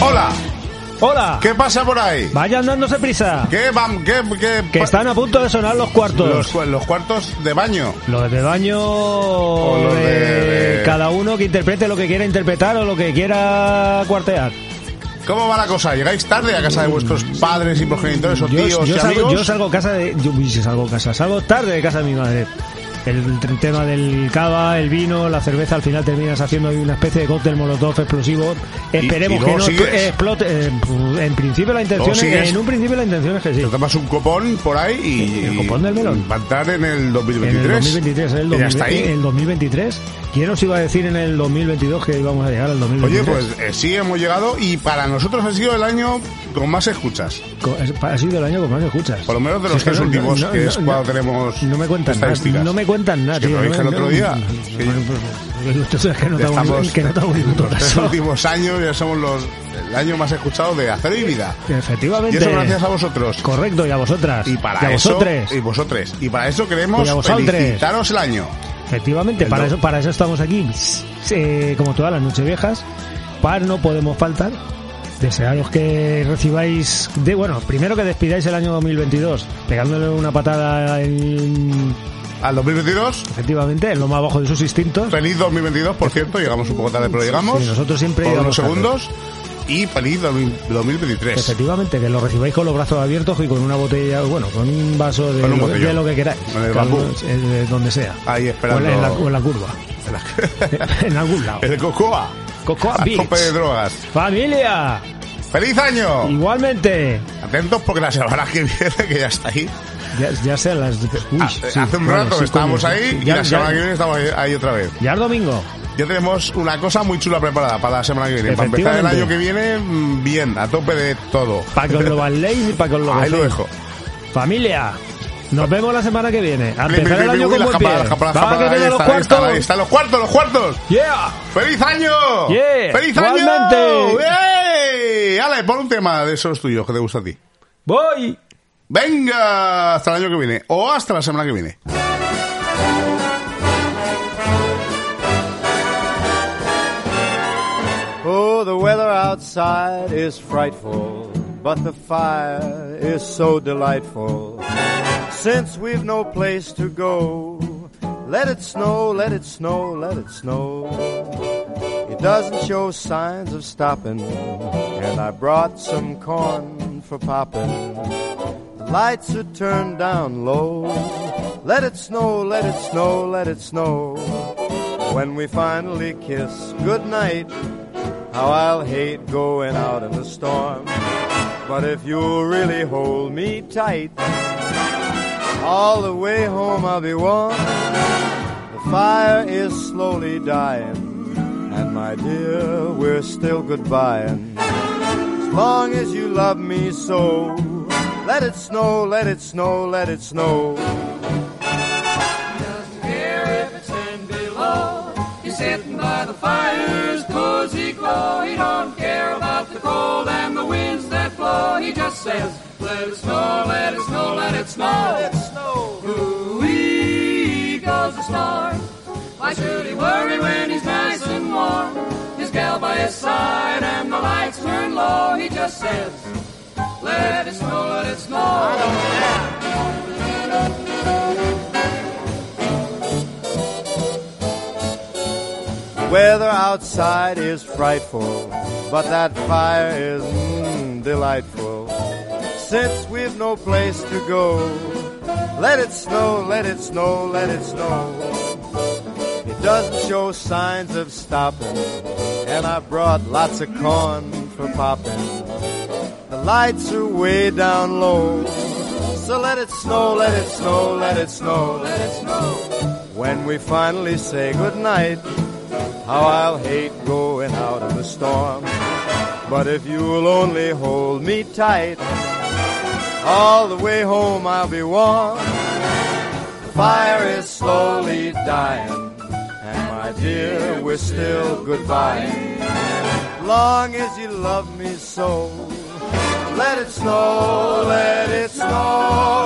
Hola, ¡Hola! ¿qué pasa por ahí? Vayan dándose prisa. ¿Qué van? ¿Qué? qué- Que pa- están a punto de sonar los los, cuartos. cua- los cuartos de baño. Los de baño. los de- de- Cada uno que interprete lo que quiera interpretar o lo que quiera cuartear. ¿Cómo va la cosa? ¿Llegáis tarde a casa de vuestros padres y progenitores o tíos y salgo, amigos? yo salgo casa de. Yo uy, si salgo casa. Salgo tarde de casa de mi madre. El t- tema del cava, el vino, la cerveza, al final terminas haciendo ahí una especie de cóctel molotov explosivo. y Esperemos que luego no sigues. explote. eh, en principio la intención Luego es, sigues. en un principio la intención es que sí. Te tomas un copón por ahí y... El copón del melón. Va a entrar en el 2023. En el 2023, en el, Y ya está 2020, ahí. en el 2023. ¿Quién os iba a decir en el 2022 que íbamos a llegar al 2023? Oye, pues eh, sí, hemos llegado y para nosotros ha sido el año con más escuchas. Co- es- Ha sido el año con más escuchas. Por lo menos de los Si es tres que no- últimos, no- que no- es no- cuando tenemos No me cuentan nada. estadísticas. No me cuentan pues, nada, Es que tío. lo no- dije el no- otro día. no- que no- no- no- esto es que no te Ya hago ni- estamos, que no te hago ni puto los tres caso. últimos años ya somos los, el año más escuchado de Acero y Vida. Y Efectivamente. eso gracias a vosotros. Correcto, y a vosotras. Y para y a eso, vosotros. y vosotros. Y para eso Y a queremos vosaltres. felicitaros el año. Efectivamente, El para do- eso, para eso estamos aquí, eh, como todas las noches viejas, para no podemos faltar. Desearos que recibáis, de, bueno, primero que despidáis el año 2022, pegándole una patada en, Al 2022, efectivamente, en lo más bajo de sus instintos. feliz 2022, por cierto, llegamos un poco tarde, pero llegamos. Sí, nosotros siempre por unos llegamos tarde. segundos. Y feliz 2023. Efectivamente, que lo recibáis con los brazos abiertos y con una botella, bueno, con un vaso de, Con un lo, botellón. de lo que queráis, En el Cada bambú. uno, eh, de donde sea. Ahí esperando. O en la, o en la curva. en algún lado. El Cocoa. Cocoa A Beach. tope de drogas. ¡Familia! ¡Feliz año! Igualmente. Atentos porque la semana que viene, que ya está ahí. Ya, ya sea las. Uy, hace, sí, hace un bueno, rato sí, estábamos coño, ahí sí. y Ya, la semana ya- que viene estamos ahí, ahí otra vez. ya el domingo. Ya tenemos una cosa muy chula preparada para la semana que viene. Para empezar el año Efectivamente. que viene, mm, bien, a tope de todo. Para que os lo valéis y para que os lo Ahí lo gocéis. dejo. Familia. Nos vemos la semana que viene. Plim, A plim, empezar plim, el año uy, con las buen pie. campanadas, las campanadas, Va, que campanadas, vienen ahí los están, ahí están, ahí cuartos. están los cuartos, los cuartos. Yeah. ¡Feliz año! Yeah, ¡Feliz año! igualmente. ¡Ey! Ale, pon un tema de esos tuyos que te gusta a ti. Voy. Venga, hasta el año que viene o hasta la semana que viene. Oh, the weather outside is frightful, but the fire is so delightful. Since we've no place to go, let it snow, let it snow, let it snow. It doesn't show signs of stopping, and I brought some corn for popping. The lights are turned down low. Let it snow, let it snow, let it snow. When we finally kiss goodnight, how I'll hate going out in the storm. But if you'll really hold me tight, all the way home I'll be warm. The fire is slowly dying, and my dear, we're still goodbying. As long as you love me so, let it snow, let it snow, let it snow. He's sitting by the fire's cozy glow. He don't care about the cold and the winds that blow. He just says, let it snow, let it snow, let it snow. Let it snow. Ooh-wee goes the star. Why should he worry when he's nice and warm? His gal by his side and the lights turn low. He just says, let it snow, let it snow. Weather outside is frightful, but that fire is mm, delightful. Since we've no place to go, let it snow, let it snow, let it snow. It doesn't show signs of stopping, and I brought lots of corn for popping. The lights are way down low, so let it snow, let it snow, let it snow, let it snow. When we finally say goodnight, how I'll hate going out in the storm. But if you'll only hold me tight, all the way home I'll be warm. The fire is slowly dying, and my dear, we're still goodbye. Long as you love me so, let it snow, let it snow.